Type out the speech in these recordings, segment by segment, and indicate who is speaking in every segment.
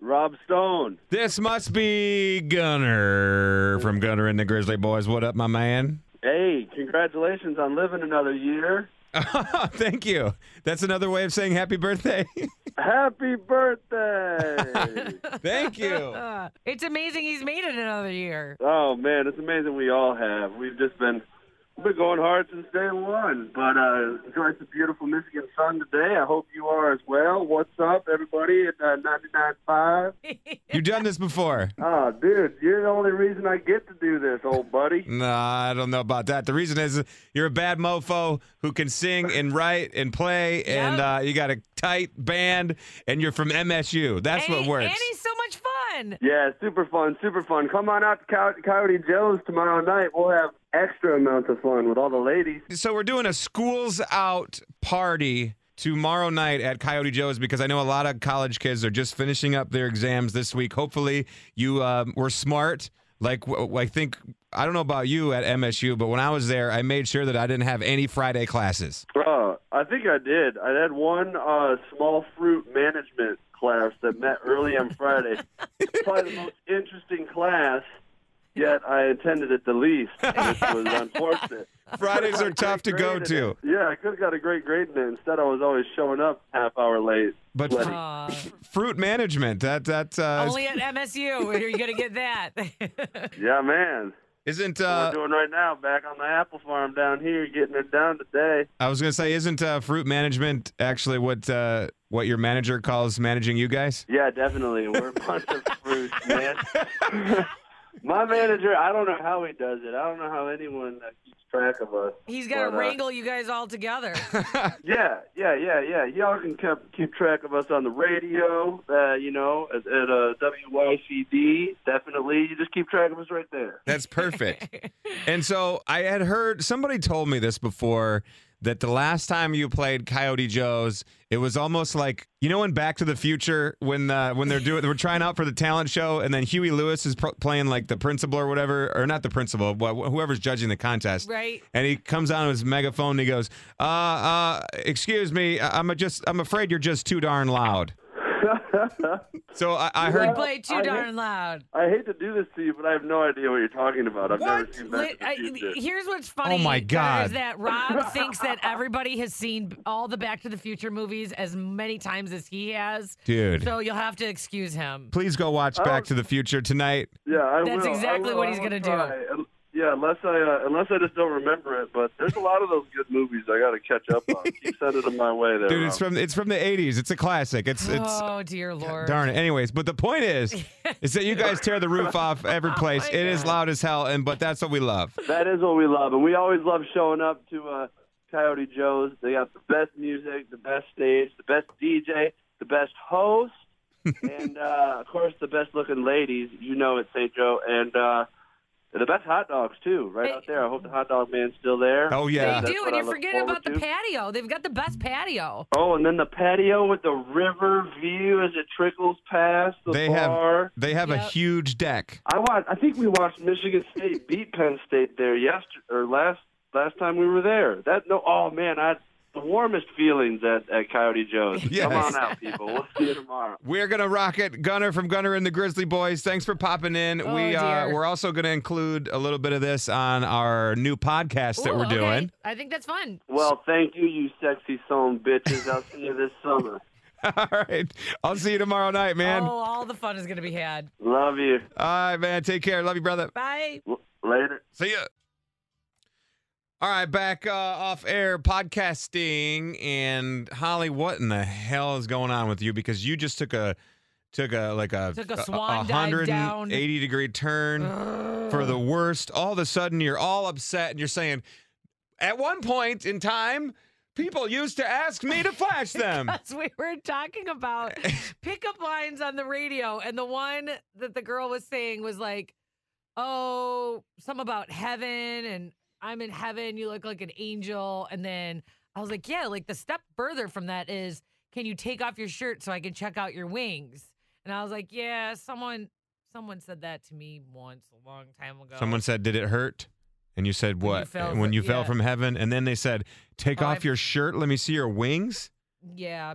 Speaker 1: Rob Stone.
Speaker 2: This must be Gunner from Gunner and the Grizzly Boys. What up, my man?
Speaker 1: Hey, congratulations on living another year.
Speaker 2: Thank you. That's another way of saying happy birthday.
Speaker 1: Happy birthday!
Speaker 2: Thank you.
Speaker 3: Uh, it's amazing he's made it another year.
Speaker 1: oh man, it's amazing we all have. We've just been we've been going hard since day one. But uh, enjoyed the beautiful Michigan sun today. I hope you are as well. What's up, everybody? At uh, 99.5.
Speaker 2: You've done this before.
Speaker 1: Oh, dude, you're the only reason I get to do this, old buddy.
Speaker 2: No, I don't know about that. The reason is you're a bad mofo who can sing and write and play, and uh, you got a tight band, and you're from MSU. That's
Speaker 3: and
Speaker 2: what
Speaker 3: he-
Speaker 2: works.
Speaker 3: And he's so much fun.
Speaker 1: Yeah, super fun, super fun. Come on out to Coy- Coyote Joe's tomorrow night. We'll have extra amounts of fun with all the ladies.
Speaker 2: So we're doing a schools out party tomorrow night at Coyote Joe's because I know a lot of college kids are just finishing up their exams this week. Hopefully, you um, were smart. Like w- I think I don't know about you at MSU, but when I was there, I made sure that I didn't have any Friday classes.
Speaker 1: Uh, I think I did. I had one uh, small fruit management class that met early on Friday. It's Probably the most interesting class, yet I attended it the least, which was unfortunate.
Speaker 2: Fridays are tough to go
Speaker 1: Great grade in
Speaker 2: to.
Speaker 1: it. Yeah, I could have got a great grade in it. Instead, I was always showing up half hour late.
Speaker 2: But
Speaker 1: Letty.
Speaker 2: fr-
Speaker 3: Aw.
Speaker 2: fruit management that that uh,
Speaker 3: Only at MSU are you going to get that.
Speaker 1: Yeah, man.
Speaker 2: isn't
Speaker 1: What
Speaker 2: uh,
Speaker 1: we're doing right now, back on the apple farm down here, getting it down today.
Speaker 2: I was gonna say isn't uh, fruit management actually what uh, what your manager calls managing you guys?
Speaker 1: Yeah, definitely. We're a bunch of fruits, man. My manager, I don't know how he does it. I don't know how anyone uh, keeps track of us.
Speaker 3: he's got to
Speaker 1: But, uh,
Speaker 3: wrangle you guys all together.
Speaker 1: Yeah, yeah, yeah, yeah. Y'all can keep, keep track of us on the radio, uh, you know, at, at uh, WYCD. Definitely. You just keep track of us right there.
Speaker 2: That's perfect. and so I had heard somebody told me this before that the last time you played Coyote Joe's, it was almost like you know in Back to the Future when uh, when they're doing they were trying out for the talent show, and then Huey Lewis is pro- playing like the principal or whatever, or not the principal, but wh- whoever's judging the contest,
Speaker 3: Right.
Speaker 2: And he comes on his megaphone and he goes, "Uh, uh, excuse me, I- I'm a just I'm afraid you're just too darn loud." so I, I
Speaker 3: You
Speaker 2: heard.
Speaker 3: play too
Speaker 1: I-
Speaker 3: darn loud.
Speaker 1: I hate to do this to you, but I have no idea what you're talking about. I've never seen
Speaker 3: Li-
Speaker 1: that.
Speaker 3: I- here's what's funny.
Speaker 2: Oh, my
Speaker 3: Connor,
Speaker 2: God.
Speaker 3: Is that Rob thinks that everybody has seen all the Back to the Future movies as many times as he has.
Speaker 2: Dude.
Speaker 3: So Oh. you'll have to excuse him.
Speaker 2: Please go watch Back to the Future tonight.
Speaker 1: Yeah, I
Speaker 3: That's
Speaker 1: will. I
Speaker 3: exactly
Speaker 1: will.
Speaker 3: what
Speaker 1: I
Speaker 3: he's
Speaker 1: will
Speaker 3: gonna do.
Speaker 1: try. Un- Yeah, unless I uh, unless I just don't remember it, but there's a lot of those good movies I got to catch up on. Keep sending them my way, there.
Speaker 2: Dude, it's
Speaker 1: Rob.
Speaker 2: from it's from the 80s. It's a classic. It's it's
Speaker 3: oh dear lord.
Speaker 2: darn it. Anyways, but the point is is that you guys tear the roof off every
Speaker 3: Oh,
Speaker 2: place. It is loud as hell and but that's what we love.
Speaker 1: that is what we love, and we always love showing up to uh, Coyote Joe's. They got the best music, the best stage, the best DJ, the best host, and uh, of course the best looking ladies. You know it, St. Joe, and uh, the best hot dogs too, right out there. I hope the hot dog man's still there.
Speaker 2: Oh yeah.
Speaker 1: That's
Speaker 3: Dude,
Speaker 1: what
Speaker 3: and
Speaker 1: I
Speaker 3: you're
Speaker 1: look
Speaker 3: forgetting
Speaker 1: forward
Speaker 3: about
Speaker 1: to.
Speaker 3: the patio. They've got the best patio.
Speaker 1: Oh, and then the patio with the river view as it trickles past the
Speaker 2: They
Speaker 1: bar.
Speaker 2: have they have a
Speaker 3: Yep.
Speaker 2: huge deck.
Speaker 1: I watched. I think we watched Michigan State beat Penn State there yesterday or last last time we were there. That no. Oh man, I the warmest feelings at at Coyote Joe's.
Speaker 2: Yes.
Speaker 1: Come on out, people. We'll see you tomorrow.
Speaker 2: We're gonna rock it, Gunner from Gunner and the Grizzly Boys. Thanks for popping in.
Speaker 3: Oh,
Speaker 2: we uh,
Speaker 3: dear.
Speaker 2: we're also gonna include a little bit of this on our new podcast that
Speaker 3: Ooh,
Speaker 2: we're
Speaker 3: okay.
Speaker 2: doing.
Speaker 3: I think that's fun.
Speaker 1: Well, thank you, you sexy son of bitches. I'll see you this summer.
Speaker 2: All right, I'll see you tomorrow night, man.
Speaker 3: Oh, all the fun is going to be had.
Speaker 1: Love you.
Speaker 2: All right, man. Take care. Love you, brother.
Speaker 3: Bye.
Speaker 1: L- later.
Speaker 2: See ya. All right, back uh, off air podcasting and Holly, what in the hell is going on with you? Because you just took a took a like a
Speaker 3: Took a swan dive down.
Speaker 2: 180 degree turn for the worst. All of a sudden, you're all upset and you're saying, at one point in time, people used to ask me to flash them.
Speaker 3: As we were talking about pickup lines on the radio, and the one that the girl was saying was like, "Oh, some about heaven, and I'm in heaven. You look like an angel." And then I was like, "Yeah, like the step further from that is, can you take off your shirt so I can check out your wings?" And I was like, "Yeah, someone." Someone said that to me once a long time ago.
Speaker 2: Someone said, "Did it hurt?" And you said,
Speaker 3: When you
Speaker 2: "What?"
Speaker 3: fell
Speaker 2: when
Speaker 3: fr-
Speaker 2: you fell
Speaker 3: yeah.
Speaker 2: from heaven, and then they said, "Take
Speaker 3: Oh,
Speaker 2: off
Speaker 3: I've-
Speaker 2: your shirt. Let me see your wings."
Speaker 3: Yeah,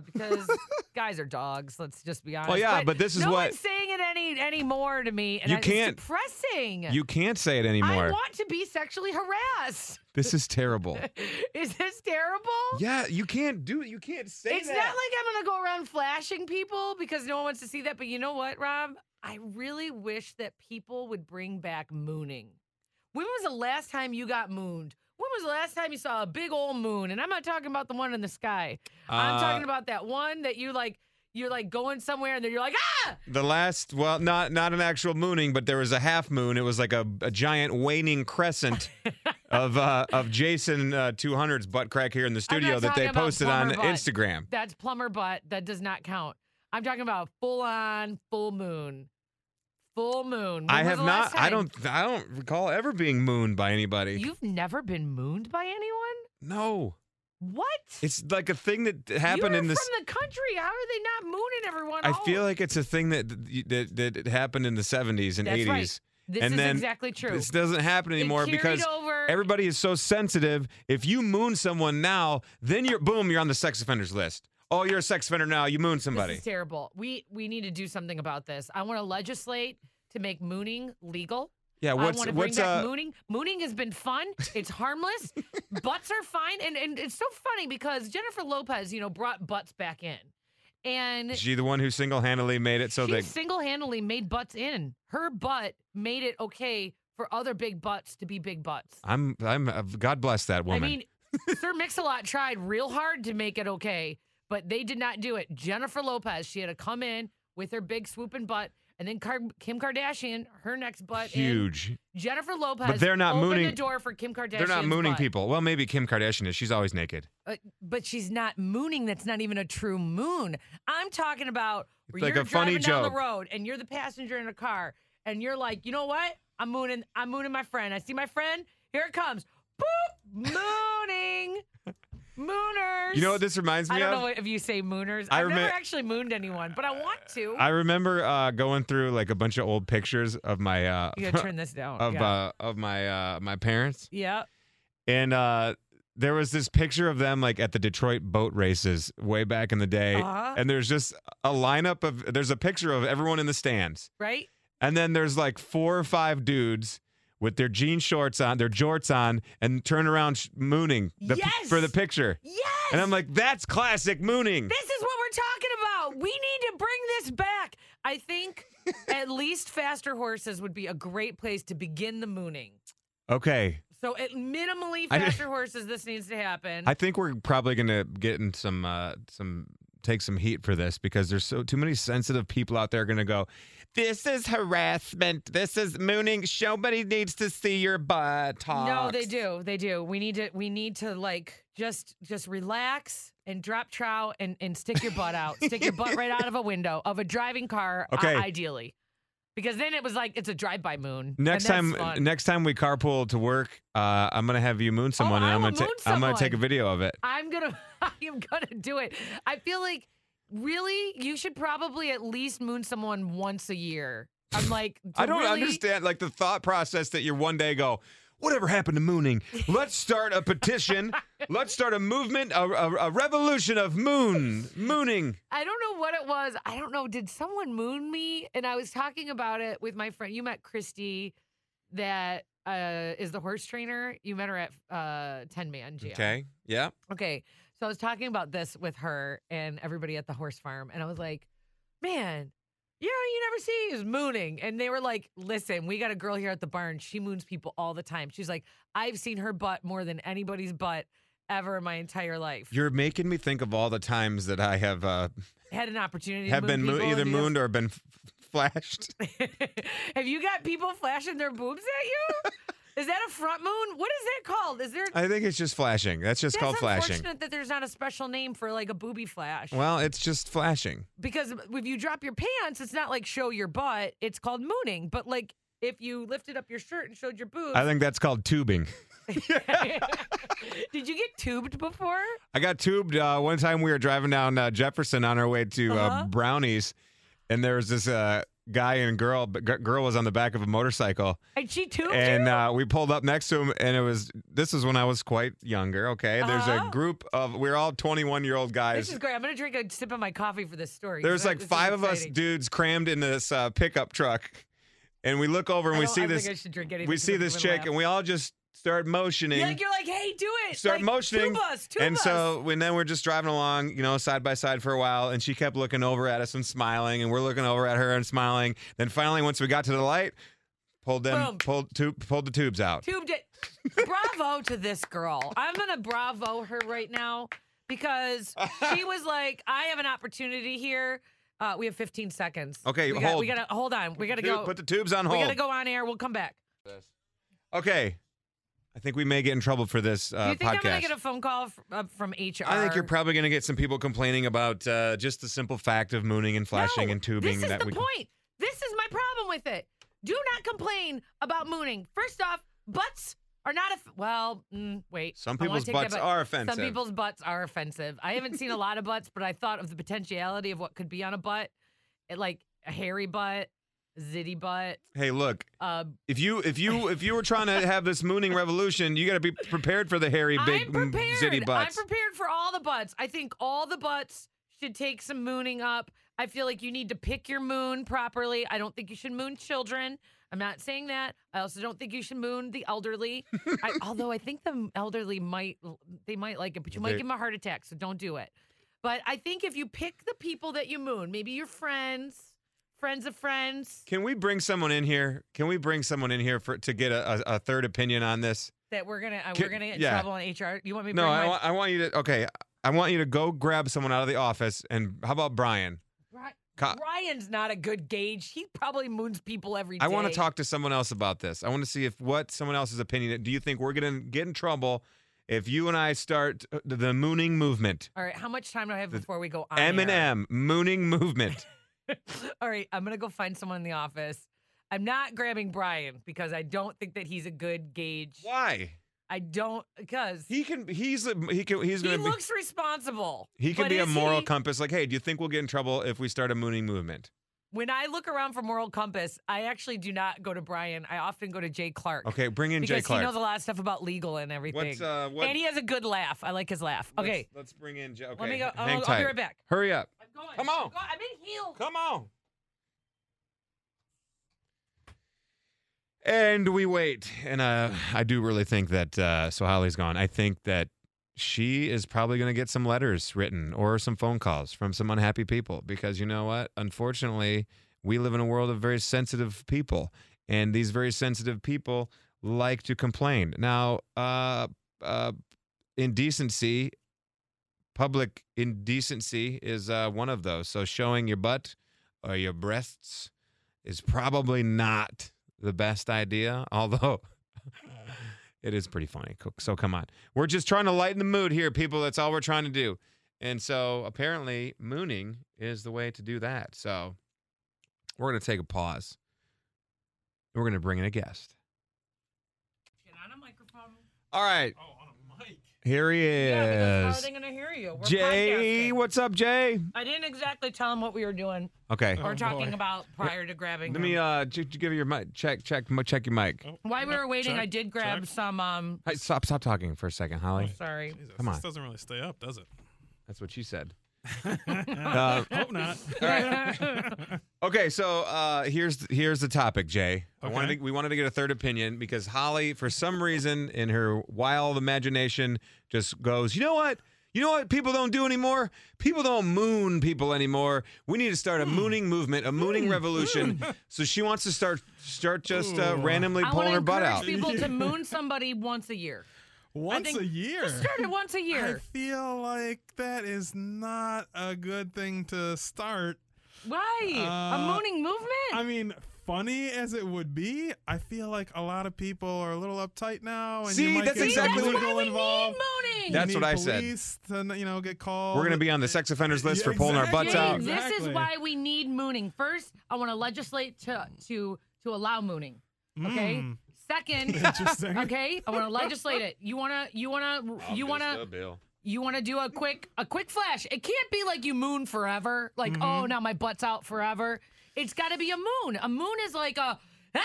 Speaker 3: because guys are dogs. Let's just be honest.
Speaker 2: Well, yeah, but this is
Speaker 3: no
Speaker 2: what-
Speaker 3: one's saying it any anymore to me. And
Speaker 2: You
Speaker 3: I-
Speaker 2: can't-
Speaker 3: It's depressing.
Speaker 2: You can't say it anymore.
Speaker 3: I want to be sexually harassed.
Speaker 2: this is terrible.
Speaker 3: Is this terrible?
Speaker 2: yeah, you can't do it. You can't say
Speaker 3: It's
Speaker 2: that.
Speaker 3: not like I'm gonna go around flashing people because no one wants to see that. But you know what, Rob? I really wish that people would bring back mooning. When was the last time you got mooned? When was the last time you saw a big old moon? And I'm not talking about the one in the sky. I'm
Speaker 2: Uh,
Speaker 3: talking about that one that you like. You're like going somewhere and then you're like, ah!
Speaker 2: The last, well, not not an actual mooning, but there was a half moon. It was like a, a giant waning crescent of uh, of Jason uh, 200's butt crack here in the studio that
Speaker 3: talking
Speaker 2: they
Speaker 3: about
Speaker 2: posted on
Speaker 3: plumber butt.
Speaker 2: Instagram.
Speaker 3: That's plumber butt. That does not count. I'm talking about full on full moon. Full moon. When
Speaker 2: I
Speaker 3: was
Speaker 2: have
Speaker 3: the last
Speaker 2: not. I
Speaker 3: time?
Speaker 2: don't. I don't recall ever being mooned by anybody.
Speaker 3: You've never been mooned by anyone?
Speaker 2: no,
Speaker 3: What?
Speaker 2: it's like a thing that happened
Speaker 3: You're
Speaker 2: in this.
Speaker 3: from the country. How are they not mooning everyone?
Speaker 2: I
Speaker 3: all?
Speaker 2: feel like it's a thing that that that it happened in the 70s and
Speaker 3: That's
Speaker 2: 80s.
Speaker 3: right. this
Speaker 2: and
Speaker 3: is
Speaker 2: then
Speaker 3: exactly true.
Speaker 2: This doesn't happen
Speaker 3: It
Speaker 2: anymore
Speaker 3: carried
Speaker 2: because
Speaker 3: over.
Speaker 2: everybody is so sensitive. If you moon someone now, then you're boom, you're on the sex offenders list. Oh, you're a sex offender now. You moon
Speaker 3: This
Speaker 2: somebody.
Speaker 3: is terrible. We we need to do something about this. I want to legislate to make mooning legal.
Speaker 2: Yeah,
Speaker 3: I
Speaker 2: what's-
Speaker 3: want to
Speaker 2: what's,
Speaker 3: bring back
Speaker 2: uh,
Speaker 3: mooning. Mooning has been fun. It's harmless. butts are fine, and and it's so funny because Jennifer Lopez, you know, brought butts back in, and
Speaker 2: She the one who single-handedly made it so
Speaker 3: she
Speaker 2: that
Speaker 3: single-handedly made butts in. Her butt made it okay for other big butts to be big butts.
Speaker 2: I'm I'm uh, God bless that woman.
Speaker 3: I mean, Sir Mix-a-Lot tried real hard to make it okay, but they did not do it. Jennifer Lopez, she had to come in with her big swooping butt, and then Kar- Kim Kardashian, her next butt. In.
Speaker 2: Huge.
Speaker 3: Jennifer Lopez.
Speaker 2: they're not
Speaker 3: opened
Speaker 2: mooning-
Speaker 3: the door for Kim Kardashian.
Speaker 2: They're not mooning people. Well, maybe Kim Kardashian is. She's always naked.
Speaker 3: Uh, but she's not mooning. That's not even a true moon. I'm talking about where
Speaker 2: like
Speaker 3: you're
Speaker 2: a funny
Speaker 3: driving down the
Speaker 2: joke.
Speaker 3: road and you're the passenger in a car, and you're like, you know what? I'm mooning. I'm mooning my friend. I see my friend. Here it comes. Boop. Mooning. Mooners.
Speaker 2: You know what this reminds me
Speaker 3: I don't
Speaker 2: of?
Speaker 3: know if you say mooners.
Speaker 2: I
Speaker 3: I've
Speaker 2: remem-
Speaker 3: never actually mooned anyone, but I want to.
Speaker 2: I remember uh, going through like a bunch of old pictures of my uh,
Speaker 3: you gotta turn this down.
Speaker 2: of
Speaker 3: yeah.
Speaker 2: uh, of my uh, my parents.
Speaker 3: yeah.
Speaker 2: and uh there was this picture of them like at the Detroit boat races way back in the day.
Speaker 3: Uh-huh.
Speaker 2: And there's just a lineup of there's a picture of everyone in the stands.
Speaker 3: Right.
Speaker 2: And then there's like four or five dudes with their jean shorts on, their jorts on, and turn around sh- mooning the,
Speaker 3: Yes!
Speaker 2: for the picture.
Speaker 3: Yes.
Speaker 2: And I'm like, that's classic mooning.
Speaker 3: This is what we're talking about. We need to bring this back. I think at least faster horses would be a great place to begin the mooning.
Speaker 2: okay.
Speaker 3: So at minimally
Speaker 2: I-
Speaker 3: faster horses, this needs to happen.
Speaker 2: I think we're probably gonna get in some uh some take some heat for this because there's so too many sensitive people out there gonna go, This is harassment, this is mooning, somebody needs to see your butt talk.
Speaker 3: no, they do. They do. We need to. We need to like just just relax and drop trout and and stick your butt out. stick your butt right out of a window of a driving car. uh,
Speaker 2: Okay.
Speaker 3: ideally, because then it was like it's a drive-by moon. and
Speaker 2: Next
Speaker 3: that's
Speaker 2: time
Speaker 3: fun. Oh,
Speaker 2: next time we carpool to work, uh, I'm gonna have you moon someone and
Speaker 3: I
Speaker 2: I'm
Speaker 3: will
Speaker 2: gonna
Speaker 3: moon
Speaker 2: I'm gonna take a
Speaker 3: someone.
Speaker 2: video of it.
Speaker 3: I'm gonna I am gonna do it. I feel like really you should probably at least moon someone once a year. I'm like
Speaker 2: I
Speaker 3: to
Speaker 2: don't
Speaker 3: really-
Speaker 2: understand like the thought process that you one day go, whatever happened to mooning? Let's start a petition. Let's start a movement, a, a, a revolution of moon mooning.
Speaker 3: I don't know what it was. I don't know. Did someone moon me? And I was talking about it with my friend. You met Christy that uh is the horse trainer. You met her at uh 10 man jam.
Speaker 2: Okay. Yeah.
Speaker 3: Okay. So I was talking about this with her and everybody at the horse farm, and I was like, man, you know, you never see is mooning. And they were like, listen, we got a girl here at the barn. She moons people all the time. She's like, I've seen her butt more than anybody's butt ever in my entire life.
Speaker 2: You're making me think of all the times that I have uh,
Speaker 3: Had an opportunity to
Speaker 2: have
Speaker 3: moon
Speaker 2: been mo-
Speaker 3: people and
Speaker 2: either
Speaker 3: be
Speaker 2: mooned or been f- flashed.
Speaker 3: a- Have you got people flashing their boobs at you? is that a front moon? What is that called? Is there.
Speaker 2: I think it's just flashing. That's just
Speaker 3: That's
Speaker 2: called flashing.
Speaker 3: unfortunate that there's not a special name for like a booby flash.
Speaker 2: Well, it's just flashing.
Speaker 3: because if you drop your pants, it's not like show your butt. It's called mooning. But like if you lifted up your shirt and showed your boobs,
Speaker 2: I think that's called tubing.
Speaker 3: did you get tubed before?
Speaker 2: I got tubed uh, one time. We were driving down uh, Jefferson on our way to uh
Speaker 3: Uh-huh.
Speaker 2: Brownies, and there was this uh, guy and girl. But g- girl was on the back of a motorcycle,
Speaker 3: And she too.
Speaker 2: and uh, we pulled up next to him, and it was this is when I was quite younger. Okay, there's a
Speaker 3: Uh-huh.
Speaker 2: group of we're all 21 year old guys.
Speaker 3: this is great. I'm gonna drink a sip of my coffee for this story.
Speaker 2: There's like
Speaker 3: This is
Speaker 2: five of us
Speaker 3: exciting.
Speaker 2: dudes crammed in this uh, pickup truck, and we look over and
Speaker 3: I
Speaker 2: we
Speaker 3: don't-
Speaker 2: see
Speaker 3: I don't
Speaker 2: this
Speaker 3: Think I should drink anything
Speaker 2: we
Speaker 3: 'cause
Speaker 2: see
Speaker 3: I'm
Speaker 2: this
Speaker 3: gonna
Speaker 2: chick,
Speaker 3: laugh.
Speaker 2: and we all just start motioning.
Speaker 3: You're like you're like, hey, do it.
Speaker 2: start
Speaker 3: like,
Speaker 2: motioning.
Speaker 3: Tube us, tube
Speaker 2: and
Speaker 3: us.
Speaker 2: so when then we're just driving along, you know, side by side for a while, and she kept looking over at us and smiling, and we're looking over at her and smiling. Then finally, once we got to the light, pulled them
Speaker 3: Boom.
Speaker 2: pulled tu- pulled the tubes out.
Speaker 3: tubed it. bravo to this girl. I'm gonna bravo her right now because she was like, I have an opportunity here. Uh, we have 15 seconds.
Speaker 2: Okay,
Speaker 3: we Got,
Speaker 2: hold.
Speaker 3: we gotta hold on. We gotta
Speaker 2: Tube-
Speaker 3: go.
Speaker 2: Put the tubes on hold.
Speaker 3: we gotta go on air. We'll come back.
Speaker 2: Okay, I think we may get in trouble for this uh,
Speaker 3: Do you think
Speaker 2: podcast.
Speaker 3: I'm gonna get a phone call f- uh, from HR?
Speaker 2: I think you're probably going to get some people complaining about uh, just the simple fact of mooning and flashing
Speaker 3: No,
Speaker 2: and tubing
Speaker 3: This is
Speaker 2: that
Speaker 3: the
Speaker 2: we
Speaker 3: point. This is my problem with it. Do not complain about mooning. First off, butts are not. Aff- well, mm, wait.
Speaker 2: Some
Speaker 3: I wanna
Speaker 2: people's
Speaker 3: take that
Speaker 2: butts
Speaker 3: back.
Speaker 2: are offensive.
Speaker 3: Some people's butts are offensive. I haven't seen a lot of butts, but I thought of the potentiality of what could be on a butt, it, like a hairy butt, zitty butt.
Speaker 2: Hey, look,
Speaker 3: Uh,
Speaker 2: if you if you if you were trying to have this mooning revolution, you got to be prepared for the hairy big
Speaker 3: I'm
Speaker 2: m-
Speaker 3: prepared.
Speaker 2: zitty butts.
Speaker 3: I'm prepared for all the butts. I think all the butts should take some mooning up. I feel like you need to pick your moon properly. I don't think you should moon children. I'm not saying that. I also don't think you should moon the elderly. I, although I think the elderly might they might like it, but you might
Speaker 2: They-
Speaker 3: give them a heart attack, so don't do it. But I think if you pick the people that you moon, maybe your friends, friends of friends
Speaker 2: Can we bring someone in here? Can we bring someone in here for to get a, a, a third opinion on this?
Speaker 3: that we're gonna uh,
Speaker 2: Can-
Speaker 3: we're gonna get in
Speaker 2: yeah.
Speaker 3: trouble on HR. You want me? To
Speaker 2: No,
Speaker 3: bring
Speaker 2: I,
Speaker 3: my-
Speaker 2: wa- I want you to okay. I want you to go grab someone out of the office and how about Brian?
Speaker 3: Right.
Speaker 2: Co-
Speaker 3: Ryan's not a good gauge. He probably moons people every day.
Speaker 2: I want to talk to someone else about this. I want to see if what someone else's opinion. Do you think we're gonna get in trouble if you and I start uh, the- the mooning movement?
Speaker 3: All right, how much time do I have before we go on?
Speaker 2: M and
Speaker 3: air?
Speaker 2: M mooning movement.
Speaker 3: All right, I'm gonna go find someone in the office. I'm not grabbing Brian because I don't think that he's a good gauge.
Speaker 2: Why?
Speaker 3: I don't because he,
Speaker 2: He can. He's a- he can. He's gonna be.
Speaker 3: looks responsible.
Speaker 2: He can
Speaker 3: but
Speaker 2: be a
Speaker 3: is
Speaker 2: moral
Speaker 3: he-
Speaker 2: compass. Like, hey, do you think we'll get in trouble if we start a mooning movement?
Speaker 3: when I look around for moral compass, I actually do not go to Brian. I often go to Jay Clark.
Speaker 2: Okay, bring in
Speaker 3: because
Speaker 2: Jay Clark.
Speaker 3: he knows a lot of stuff about legal and everything.
Speaker 2: What's uh? What?
Speaker 3: and he has a good laugh. I like his laugh.
Speaker 2: let's-
Speaker 3: Okay,
Speaker 2: Let's, bring in Jay. Okay.
Speaker 3: let me go. I'll,
Speaker 2: Hang
Speaker 3: I'll
Speaker 2: tight.
Speaker 3: be right back.
Speaker 2: Hurry up.
Speaker 3: I'm going.
Speaker 2: Come on.
Speaker 3: I'm, going. I'm in heel.
Speaker 2: Come on. And we wait. And uh, I do really think that, uh, so Holly's gone. I think that she is probably going to get some letters written or some phone calls from some unhappy people because you know what? Unfortunately, we live in a world of very sensitive people. And these very sensitive people like to complain. Now, uh, uh, indecency public indecency is uh, one of those. So showing your butt or your breasts is probably not the best idea, although it is pretty funny. Co- So come on. We're just trying to lighten the mood here, people. That's all we're trying to do. And so apparently, mooning is the way to do that. So we're going to take a pause. We're going to bring in a guest.
Speaker 3: Get on a microphone.
Speaker 2: All right. Oh, on a mic. Here he
Speaker 3: Yeah, because how are
Speaker 2: is.
Speaker 3: they going to hear you? We're
Speaker 2: Jay,
Speaker 3: podcasting.
Speaker 2: what's up, Jay?
Speaker 3: I didn't exactly tell them what we were doing
Speaker 2: Okay.
Speaker 4: Oh,
Speaker 3: or talking about prior to grabbing.
Speaker 2: Let me
Speaker 3: them.
Speaker 2: uh j- j- give you your mic. Check check m- check your mic.
Speaker 4: Mm.
Speaker 3: While we were waiting, I
Speaker 4: uh, check,
Speaker 3: did grab
Speaker 4: check.
Speaker 3: some. Um,
Speaker 2: Hey, stop stop talking for a second, Holly.
Speaker 3: Oh, sorry.
Speaker 4: Jesus,
Speaker 2: Come on.
Speaker 4: This doesn't really stay up, does it?
Speaker 2: That's what she said. Uh,
Speaker 4: Hope not.
Speaker 2: okay, so uh here's here's the topic, Jay. I
Speaker 4: Okay.
Speaker 2: wanted to, we wanted to get a third opinion because Holly, for some reason, in her wild imagination, just goes, you know what? You know what people don't do anymore? People don't moon people anymore. We need to start a mooning movement, a mooning revolution. so she wants to start start just uh,
Speaker 4: Ooh.
Speaker 2: randomly
Speaker 3: I want
Speaker 2: pulling
Speaker 3: to
Speaker 2: her butt
Speaker 3: encourage
Speaker 2: out.
Speaker 3: people to moon somebody once a year.
Speaker 4: Once
Speaker 3: think-
Speaker 4: a year.
Speaker 3: Just start it once a
Speaker 4: I
Speaker 3: year.
Speaker 4: feel like that is not a good thing to start.
Speaker 3: Right. a
Speaker 4: Uh,
Speaker 3: mooning movement.
Speaker 4: I mean, funny as it would be, I feel like a lot of people are a little uptight now, and
Speaker 2: See,
Speaker 4: you might
Speaker 2: that's
Speaker 4: get
Speaker 3: See,
Speaker 2: exactly
Speaker 4: some
Speaker 3: that's
Speaker 2: what-
Speaker 4: legal
Speaker 3: why we
Speaker 4: involved.
Speaker 3: need mooning.
Speaker 4: You
Speaker 2: That's
Speaker 4: need
Speaker 2: what I said.
Speaker 4: police To you know, get called.
Speaker 2: We're gonna be on the sex offenders list
Speaker 4: Yeah,
Speaker 2: for pulling our butts
Speaker 4: exactly.
Speaker 2: out.
Speaker 3: Jay, This is
Speaker 4: Exactly.
Speaker 3: why we need mooning. First, I want to legislate to to to allow mooning. Okay.
Speaker 4: Mm.
Speaker 3: Second,
Speaker 4: Interesting.
Speaker 3: okay, I want to legislate it. You wanna you wanna you wanna you wanna do a
Speaker 4: Mm-hmm.
Speaker 3: quick a quick flash. It can't be like you moon forever. Like oh now my butt's out forever. It's got to be a moon. A moon is like a ah,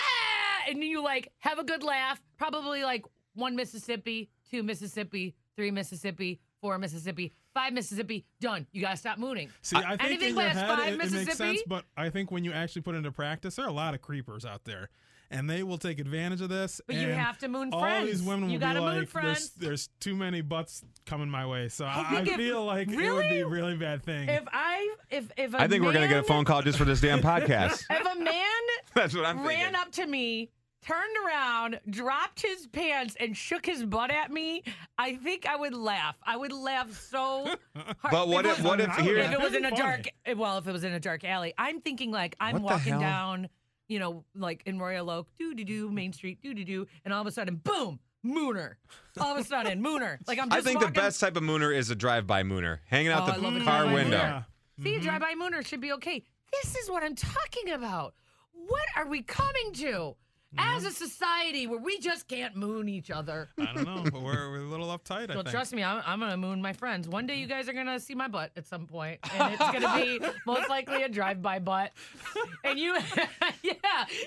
Speaker 3: and you like have a good laugh. Probably like one Mississippi, two Mississippi, three Mississippi, four Mississippi, five Mississippi. Done. You gotta stop mooning.
Speaker 4: See, I, think
Speaker 3: anything
Speaker 4: in your
Speaker 3: past
Speaker 4: head
Speaker 3: five
Speaker 4: it, it makes sense,
Speaker 3: Mississippi?
Speaker 4: but I think when you actually put it into practice, there are a lot of creepers out there, and they will take advantage of this.
Speaker 3: But you
Speaker 4: and
Speaker 3: have to moon
Speaker 4: all
Speaker 3: friends.
Speaker 4: these women
Speaker 3: you
Speaker 4: will
Speaker 3: gotta
Speaker 4: be
Speaker 3: moon
Speaker 4: like, there's,
Speaker 3: friends.
Speaker 4: there's too many butts coming my way, so
Speaker 3: I
Speaker 4: I,
Speaker 3: think
Speaker 4: I
Speaker 3: if-
Speaker 4: feel like it would be
Speaker 3: really?
Speaker 4: a really bad thing.
Speaker 3: If I if if a
Speaker 2: I think we're gonna get a
Speaker 3: man-
Speaker 2: phone call just for this damn podcast.
Speaker 3: If a man
Speaker 2: That's what I'm thinking.
Speaker 3: ran up to me, turned around, dropped his pants, and shook his butt at me, I think I would laugh. I would laugh so hard.
Speaker 2: But what
Speaker 3: If
Speaker 2: if what if
Speaker 4: I would
Speaker 2: here
Speaker 4: laugh.
Speaker 3: if it was in a
Speaker 4: That'd be
Speaker 3: dark? eh,
Speaker 4: funny.
Speaker 3: Well, if it was in a dark alley, I'm thinking like I'm
Speaker 2: What the
Speaker 3: walking
Speaker 2: hell?
Speaker 3: down, you know, like in Royal Oak, doo doo doo, Main Street, doo doo doo, and all of a sudden, boom, mooner. All of a sudden, mooner. Like I'm just
Speaker 2: I think
Speaker 3: walking.
Speaker 2: the best type of mooner is a drive-by mooner, hanging out
Speaker 3: Oh, I love a
Speaker 2: the car
Speaker 3: drive-by
Speaker 2: window.
Speaker 3: mooner. See, drive by mooner should be okay. This is what I'm talking about. What are we coming to as a society where we just can't moon each other?
Speaker 4: I don't know, but we're, we're a little uptight. I
Speaker 3: Well,
Speaker 4: think.
Speaker 3: trust me, I'm, I'm gonna moon my friends. One day you guys are gonna see my butt at some point, and it's gonna be most likely a drive-by butt. And you, yeah,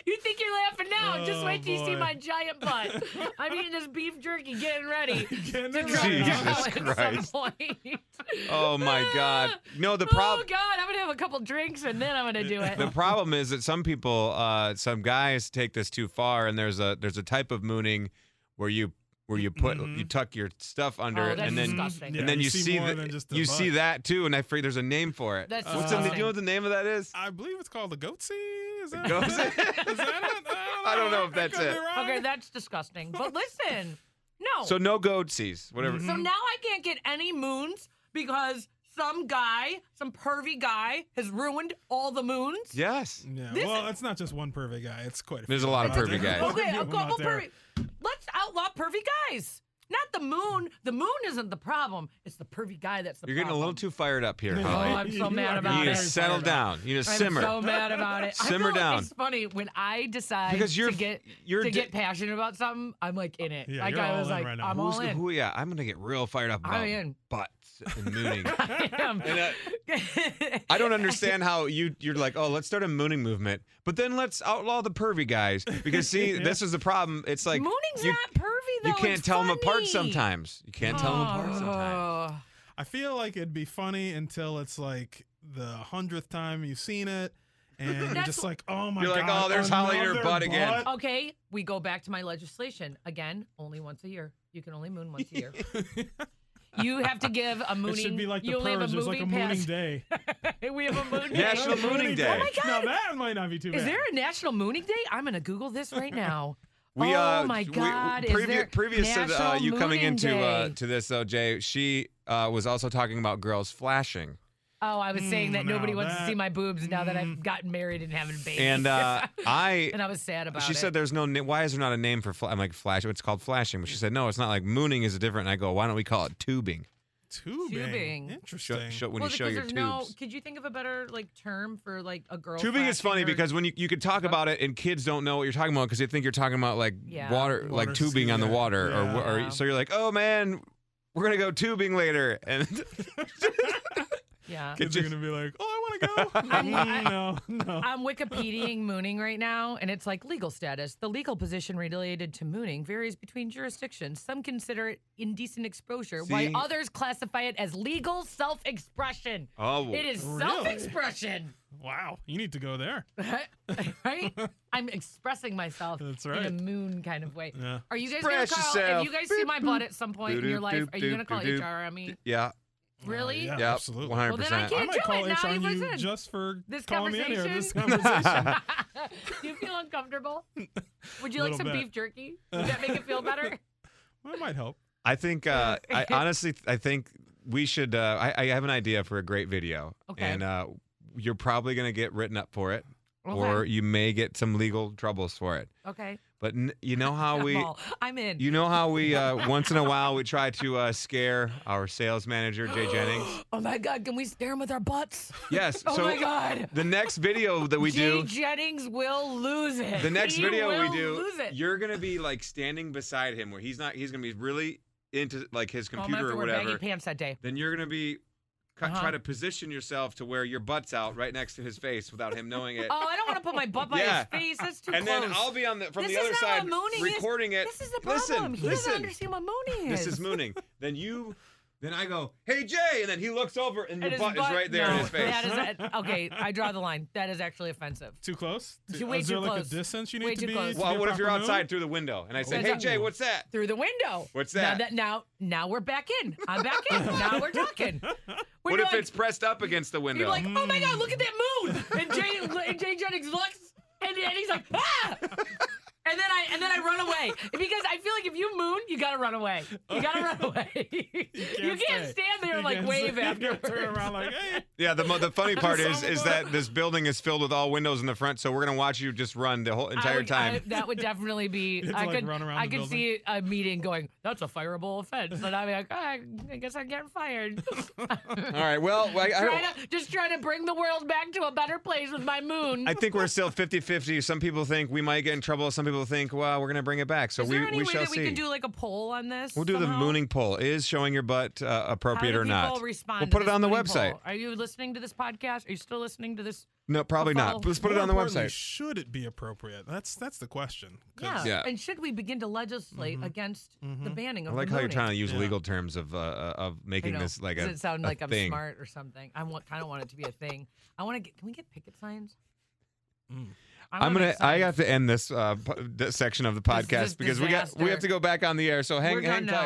Speaker 3: you think you're laughing now? just
Speaker 4: Oh,
Speaker 3: wait till you see
Speaker 4: boy.
Speaker 3: my giant butt. I'm eating this beef jerky, getting ready
Speaker 4: Getting
Speaker 3: to
Speaker 4: it
Speaker 3: drop
Speaker 4: right.
Speaker 2: Jesus
Speaker 3: out at
Speaker 2: Christ.
Speaker 3: some point.
Speaker 2: Oh my god. No, the
Speaker 3: Oh
Speaker 2: problem
Speaker 3: God, I'm gonna have a couple drinks and then I'm gonna do it.
Speaker 2: the problem is that some people uh some guys take this too far and there's a there's a type of mooning where you where you put
Speaker 4: Mhm.
Speaker 2: you tuck your stuff under
Speaker 3: Oh,
Speaker 2: it
Speaker 3: that's
Speaker 2: and then
Speaker 3: disgusting.
Speaker 4: Yeah,
Speaker 2: and then you, see,
Speaker 4: more
Speaker 2: the-
Speaker 4: than just the
Speaker 2: you see
Speaker 4: butt.
Speaker 2: that too and I forget there's a name for it.
Speaker 3: That's
Speaker 2: What's the,
Speaker 3: disgusting.
Speaker 2: do you know what the name of that is?
Speaker 4: I believe it's called the goatsy. Is that,
Speaker 2: Goatsy?
Speaker 4: is that it? I
Speaker 2: I don't know if
Speaker 4: I
Speaker 2: that's
Speaker 4: could be
Speaker 2: it.
Speaker 4: wrong.
Speaker 3: okay, that's disgusting. But listen, no.
Speaker 2: So no goatsies, whatever.
Speaker 4: Mhm.
Speaker 3: So now I can't get any moons because some guy, some pervy guy, has ruined all the moons.
Speaker 2: Yes.
Speaker 4: Yeah,
Speaker 3: This-
Speaker 4: well, it's not just one pervy guy. It's quite. A
Speaker 2: There's
Speaker 4: few
Speaker 2: a lot of
Speaker 4: out
Speaker 2: pervy
Speaker 4: there.
Speaker 2: guys.
Speaker 4: Quite
Speaker 3: Okay,
Speaker 4: few
Speaker 3: a
Speaker 4: of 'em
Speaker 3: couple
Speaker 4: out there.
Speaker 3: pervy. Let's outlaw pervy guys. Not the moon. The moon isn't the problem. It's the pervy guy that's the
Speaker 2: You're
Speaker 3: problem.
Speaker 2: getting a little too fired up here,
Speaker 3: Oh,
Speaker 2: Holly.
Speaker 3: I'm so
Speaker 4: You
Speaker 3: mad
Speaker 4: are
Speaker 3: about
Speaker 2: you
Speaker 4: very
Speaker 2: need
Speaker 3: it.
Speaker 2: to settle
Speaker 4: fired up.
Speaker 2: down. You need to
Speaker 3: I'm
Speaker 2: simmer.
Speaker 3: so mad about it. I
Speaker 2: Simmer
Speaker 3: feel-
Speaker 2: down.
Speaker 3: It's funny when I decide
Speaker 2: Because you're
Speaker 3: to get
Speaker 2: you're
Speaker 3: to
Speaker 2: di-
Speaker 3: get passionate about something, I'm like in it.
Speaker 4: Yeah,
Speaker 3: like
Speaker 4: you're
Speaker 3: I
Speaker 4: all
Speaker 3: was
Speaker 4: in
Speaker 3: like,
Speaker 4: right now.
Speaker 3: I'm
Speaker 2: Who's
Speaker 3: all
Speaker 2: the-
Speaker 3: in.
Speaker 2: who? Yeah, I'm gonna get real fired up
Speaker 3: I'm
Speaker 2: about
Speaker 3: in.
Speaker 2: butts and mooning.
Speaker 3: I am.
Speaker 2: And, uh, I don't understand how you you're like, oh, let's start a mooning movement, but then let's outlaw the pervy guys because see, this is the problem. It's like
Speaker 3: Mooning's
Speaker 2: you,
Speaker 3: not pervy though.
Speaker 2: you can't
Speaker 3: it's
Speaker 2: tell them apart
Speaker 3: funny.
Speaker 2: sometimes. You can't tell them apart sometimes.
Speaker 3: Oh.
Speaker 4: I feel like it'd be funny until it's like the hundredth time you've seen it, and you're
Speaker 3: That's-
Speaker 4: just like, oh my
Speaker 2: You're
Speaker 4: god,
Speaker 2: like, oh, there's Holly in her
Speaker 4: another
Speaker 2: butt again.
Speaker 3: Okay, we go back to my legislation again. Only once a year. You can only moon once a year. you have to give a mooning.
Speaker 4: It should be like the
Speaker 3: you only have a
Speaker 4: purge. There's
Speaker 3: movie
Speaker 4: like a mooning
Speaker 3: pass.
Speaker 4: day.
Speaker 3: we have a moon day.
Speaker 2: National Mooning Day.
Speaker 3: Oh my
Speaker 4: Now that might not be too bad.
Speaker 3: Is there a National Mooning Day? I'm gonna Google this right now.
Speaker 2: We,
Speaker 3: oh
Speaker 2: uh,
Speaker 3: my
Speaker 2: we-
Speaker 3: God!
Speaker 2: previ-
Speaker 3: is there
Speaker 2: previous to the, uh,
Speaker 3: National
Speaker 2: you coming
Speaker 3: Mooning
Speaker 2: into uh,
Speaker 3: Day?
Speaker 2: to this though, Jay, she uh, was also talking about girls flashing,
Speaker 3: oh, I was saying
Speaker 4: Mm,
Speaker 3: that nobody
Speaker 4: now
Speaker 3: wants to
Speaker 4: that-
Speaker 3: see my boobs now that I've
Speaker 4: mm.
Speaker 3: gotten married and having a baby.
Speaker 2: and uh, I
Speaker 3: and I was sad about
Speaker 2: she
Speaker 3: it.
Speaker 2: said there's no na- why is there not a name for fla-? I'm like flash it's called flashing but she said no it's not like mooning is different and I go why don't we call it tubing
Speaker 4: tubing?
Speaker 3: Tubing.
Speaker 2: show,
Speaker 4: Interesting.
Speaker 2: show, when
Speaker 3: well,
Speaker 2: you show
Speaker 3: because
Speaker 2: your
Speaker 3: there's
Speaker 2: tubes
Speaker 3: no. Could you think of a better like term for like a girl?
Speaker 2: tubing is
Speaker 3: flashing
Speaker 2: funny
Speaker 3: or-
Speaker 2: because when you, you could talk about it and kids don't know what you're talking about because they think you're talking about like
Speaker 3: Yeah.
Speaker 2: water, like
Speaker 4: Water
Speaker 2: tubing on the
Speaker 4: skiing.
Speaker 2: water or
Speaker 4: Yeah.
Speaker 2: wh- or,
Speaker 3: Yeah.
Speaker 2: so you're like oh man we're gonna go tubing later and
Speaker 3: yeah.
Speaker 4: Kids are gonna be like, oh, I want to go.
Speaker 3: I'm-
Speaker 4: Mm, no, no.
Speaker 3: I'm Wikipediaing mooning right now, and it's like legal status. The legal position related to mooning varies between jurisdictions. Some consider it indecent exposure,
Speaker 2: See?
Speaker 3: while others classify it as legal self expression.
Speaker 2: oh
Speaker 3: It is
Speaker 4: Really?
Speaker 3: self expression,
Speaker 4: Wow, you need to go there.
Speaker 3: right? I'm expressing myself
Speaker 4: That's
Speaker 3: in a
Speaker 4: right.
Speaker 3: moon kind of way.
Speaker 4: Yeah.
Speaker 3: Are you guys
Speaker 2: Express
Speaker 3: gonna call?
Speaker 2: yourself.
Speaker 3: If you guys see
Speaker 2: Boop,
Speaker 3: my butt at some point in your
Speaker 2: Doop,
Speaker 3: life,
Speaker 2: doop,
Speaker 3: are you gonna
Speaker 2: doop,
Speaker 3: call
Speaker 2: doop.
Speaker 3: HR on me?
Speaker 2: yeah
Speaker 3: E?" Really?
Speaker 4: yeah,
Speaker 2: Oh, yeah
Speaker 4: absolutely.
Speaker 2: 100
Speaker 3: Well, then I
Speaker 4: I
Speaker 3: can't
Speaker 4: might
Speaker 3: do
Speaker 4: call
Speaker 3: it.
Speaker 4: HR
Speaker 3: Now you
Speaker 4: on you
Speaker 3: listen.
Speaker 4: just for
Speaker 3: This
Speaker 4: calling me in here. This conversation.
Speaker 2: conversation.
Speaker 3: Do you feel uncomfortable? Would you like
Speaker 4: Little
Speaker 3: some
Speaker 4: bit.
Speaker 3: beef jerky? Would that make it feel better?
Speaker 4: that might help.
Speaker 2: I think uh, I honestly I think we should uh, I, I have an idea for a great video
Speaker 3: Okay.
Speaker 2: and uh, you're probably gonna get written up for it or
Speaker 3: Okay.
Speaker 2: you may get some legal troubles for it
Speaker 3: okay.
Speaker 2: but n- you know how
Speaker 3: I'm
Speaker 2: we
Speaker 3: all- I'm in.
Speaker 2: you know how we uh, once in a while we try to uh, scare our sales manager Jay Jennings
Speaker 3: oh my God! Can we stare him with our butts?
Speaker 2: yes
Speaker 3: Oh
Speaker 2: so
Speaker 3: my God!
Speaker 2: the next video that we
Speaker 3: Jay
Speaker 2: do
Speaker 3: Jennings will lose it.
Speaker 2: the next
Speaker 3: He
Speaker 2: video we
Speaker 3: will
Speaker 2: do
Speaker 3: Lose
Speaker 4: Oh,
Speaker 3: it.
Speaker 2: you're gonna be like standing beside him where he's not he's gonna be really into like his
Speaker 3: Oh, I'm gonna have
Speaker 2: computer
Speaker 3: to
Speaker 2: or
Speaker 3: wear baggy
Speaker 2: whatever
Speaker 3: pants that day.
Speaker 2: then you're gonna be cut,
Speaker 3: Uh-huh.
Speaker 2: try to position yourself to where your butt's out right next to his face without him knowing it.
Speaker 3: Oh, I don't want to put my butt by
Speaker 2: Yeah.
Speaker 3: his face. That's too
Speaker 2: and
Speaker 3: close.
Speaker 2: then I'll be on the from
Speaker 3: This
Speaker 2: the
Speaker 3: is
Speaker 2: other
Speaker 3: not
Speaker 2: side
Speaker 3: what mooning is.
Speaker 2: recording it.
Speaker 3: This is the
Speaker 2: Listen,
Speaker 3: problem. he
Speaker 2: listen.
Speaker 3: doesn't understand what mooning is.
Speaker 2: This is mooning. then you, then I go, hey Jay, and then he looks over and your
Speaker 3: And his
Speaker 2: butt, is right there
Speaker 3: no,
Speaker 2: in his face.
Speaker 3: That is, okay, I draw the line. That is actually offensive.
Speaker 4: Too close?
Speaker 3: Too-
Speaker 4: Too,
Speaker 3: way
Speaker 4: is there
Speaker 3: too
Speaker 4: like
Speaker 3: close.
Speaker 4: a distance you need
Speaker 3: Way
Speaker 4: to
Speaker 3: too
Speaker 4: be?
Speaker 3: close.
Speaker 4: to
Speaker 2: well,
Speaker 4: be a
Speaker 2: what if you're
Speaker 4: proper
Speaker 2: outside
Speaker 4: move?
Speaker 2: through the window and I say,
Speaker 3: That's
Speaker 2: hey
Speaker 3: not-
Speaker 2: Jay, what's that?
Speaker 3: Through the window.
Speaker 2: What's
Speaker 3: Now
Speaker 2: that?
Speaker 3: that now now we're back in. I'm back in. now we're talking. We're
Speaker 2: What if
Speaker 3: like-
Speaker 2: it's pressed up against the window?
Speaker 3: You're like, oh my god, look at that moon! And Jay and Jay Jennings looks, and, and he's like, ah! And then I and then I run away because I feel like if you moon, you gotta run away. You gotta run away. you can't,
Speaker 4: stay.
Speaker 3: stand there and
Speaker 4: You
Speaker 3: like
Speaker 4: can't
Speaker 3: wave
Speaker 4: stay. You gotta turn
Speaker 3: afterwards.
Speaker 4: around like, hey.
Speaker 2: yeah, the, mo- the funny part is is
Speaker 4: Someone-
Speaker 2: that this building is filled with all windows in the front, so we're gonna watch you just run the whole
Speaker 3: I
Speaker 2: entire
Speaker 3: would-
Speaker 2: time.
Speaker 3: I- that would definitely be.
Speaker 4: have to,
Speaker 3: I
Speaker 4: like,
Speaker 3: could.
Speaker 4: run around
Speaker 3: I
Speaker 4: the
Speaker 3: could
Speaker 4: building.
Speaker 3: see a meeting going. That's a fireable offense, and I'd be like, "Ah, I guess I'm getting fired.
Speaker 2: all right, well, I, I,
Speaker 3: try to, just trying to bring the world back to a better place with my moon.
Speaker 2: I think we're still 50-50. Some people think we might get in trouble. Some people think, well, we're gonna bring it back. So
Speaker 3: Is
Speaker 2: we
Speaker 3: there any
Speaker 2: we
Speaker 3: way
Speaker 2: shall
Speaker 3: that
Speaker 2: see.
Speaker 3: we can do like a poll on this?
Speaker 2: we'll do the
Speaker 3: somehow?
Speaker 2: mooning poll. Is showing your butt uh,
Speaker 3: How
Speaker 2: appropriate
Speaker 3: do
Speaker 2: or
Speaker 3: people
Speaker 2: not?
Speaker 3: Respond
Speaker 2: We'll
Speaker 3: to
Speaker 2: put it
Speaker 3: this
Speaker 2: on the
Speaker 3: mooning
Speaker 2: website.
Speaker 3: poll? Are you listening to this podcast? Are you still listening to this?
Speaker 2: No, probably
Speaker 3: follow-
Speaker 2: not. Let's put it
Speaker 4: More
Speaker 2: on the
Speaker 4: importantly,
Speaker 2: website.
Speaker 4: Should it be appropriate? That's that's the question.
Speaker 3: Yeah.
Speaker 4: 'cause-
Speaker 2: Yeah. Mm-hmm.
Speaker 3: And should we begin to legislate against the banning
Speaker 2: I
Speaker 3: of
Speaker 2: like
Speaker 3: the
Speaker 2: how you're
Speaker 3: mooning?
Speaker 2: trying to use
Speaker 4: Yeah.
Speaker 2: legal terms of uh, uh, of
Speaker 3: I
Speaker 2: making
Speaker 3: know.
Speaker 2: this like
Speaker 3: Does
Speaker 2: a
Speaker 3: it sound
Speaker 2: a
Speaker 3: like I'm
Speaker 2: thing.
Speaker 3: smart or something? I want, kind of want it to be a thing. I want to get. Can we get picket signs?
Speaker 4: Mm.
Speaker 3: I
Speaker 2: I'm
Speaker 3: wanna
Speaker 2: gonna.
Speaker 3: make
Speaker 2: I
Speaker 3: signs.
Speaker 2: have to end this, uh, po- this section of the podcast
Speaker 3: this
Speaker 2: because we got we
Speaker 3: disaster.
Speaker 2: have to go back on the air. So hang
Speaker 3: We're
Speaker 2: hang
Speaker 3: done now.
Speaker 2: tight.